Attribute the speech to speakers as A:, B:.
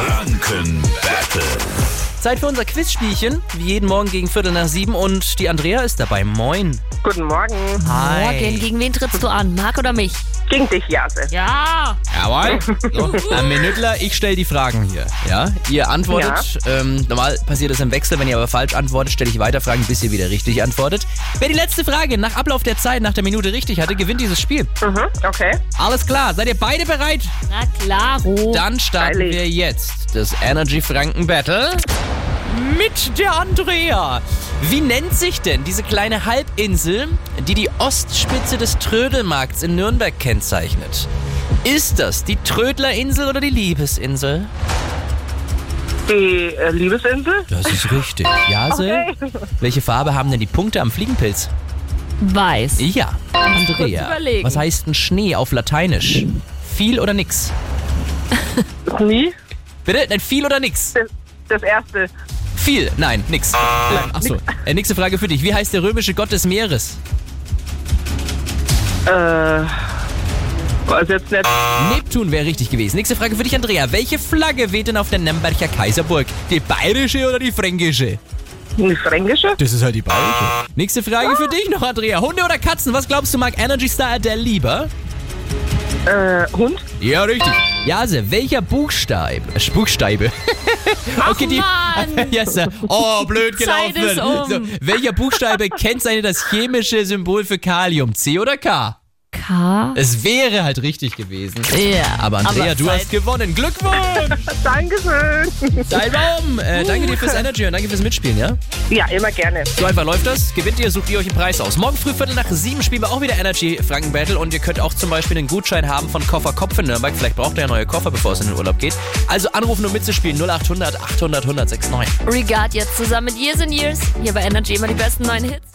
A: Franken Battle.
B: Zeit für unser Quizspielchen, wie jeden Morgen gegen Viertel nach sieben und die Andrea ist dabei. Moin.
C: Guten Morgen.
B: Hi.
D: Morgen, gegen wen trittst du an? Marc oder mich?
C: Gegen dich, Jase.
D: Ja.
B: Jawohl. So, Herr Minüttler, ich stelle die Fragen hier. Ja, ihr antwortet. Ähm, normal passiert das im Wechsel. Wenn ihr aber falsch antwortet, stelle ich weiter Fragen, bis ihr wieder richtig antwortet. Wer die letzte Frage nach Ablauf der Zeit, nach der Minute richtig hatte, gewinnt dieses Spiel.
C: Mhm, okay.
B: Alles klar, seid ihr beide bereit?
D: Na klaro.
B: Dann starten
C: Freilich.
B: wir jetzt das Energy Franken Battle mit der Andrea. Wie nennt sich denn diese kleine Halbinsel, die die Ostspitze des Trödelmarkts in Nürnberg kennzeichnet? Ist das die Trödlerinsel oder die Liebesinsel?
C: Die äh, Liebesinsel?
B: Das ist richtig. Ja,
C: Okay.
B: Welche Farbe haben denn die Punkte am Fliegenpilz?
D: Weiß.
B: Ja, Andrea.
D: kurz überlegen.
B: Was heißt denn Schnee auf Lateinisch? Viel oder nix?
C: Nie?
B: Bitte? Nein, viel oder nix?
C: Das, das erste.
B: Viel. Nein, nix.
D: Ah.
B: Nein, achso. Äh, nächste Frage für dich. Wie heißt der römische Gott des Meeres?
C: Äh. Weiß jetzt nicht.
D: Ah.
B: Neptun wäre richtig gewesen. Nächste Frage für dich, Andrea. Welche Flagge weht denn auf der Nürnberger Kaiserburg? Die bayerische oder die fränkische?
C: Die fränkische?
B: Das ist halt die bayerische. Nächste Frage
D: Ah.
B: für dich noch, Andrea. Hunde oder Katzen? Was glaubst du, mag Energy Star Adele lieber?
C: Äh, Hund?
B: Ja, richtig. Jase, welcher Buchstabe? äh, Buchstabe. okay,
D: Mann.
B: Yes, sir. oh, blöd
D: Zeit
B: gelaufen.
D: ist um.
B: So, welcher Buchstabe kennzeichnet das chemische Symbol für Kalium? C oder K?
D: K.
B: Es wäre halt richtig gewesen.
D: Ja.
B: Aber Andrea,
D: Aber
B: du
D: Zeit-
B: hast gewonnen. Glückwunsch!
C: Dankeschön.
B: Dein Baum! Äh, danke dir fürs Energy und danke fürs Mitspielen, ja?
C: Ja, immer gerne.
B: So einfach läuft das. Gewinnt ihr, sucht ihr euch einen Preis aus. Morgen früh Viertel nach sieben spielen wir auch wieder Energy Franken Battle und ihr könnt auch zum Beispiel einen Gutschein haben von Koffer Kopf in Nürnberg. Vielleicht braucht ihr ja neue Koffer, bevor es in den Urlaub geht. Also anrufen, um mitzuspielen. 0800 800 1069.
D: Regard jetzt zusammen mit Years and Years. Hier bei Energy immer die besten neuen Hits.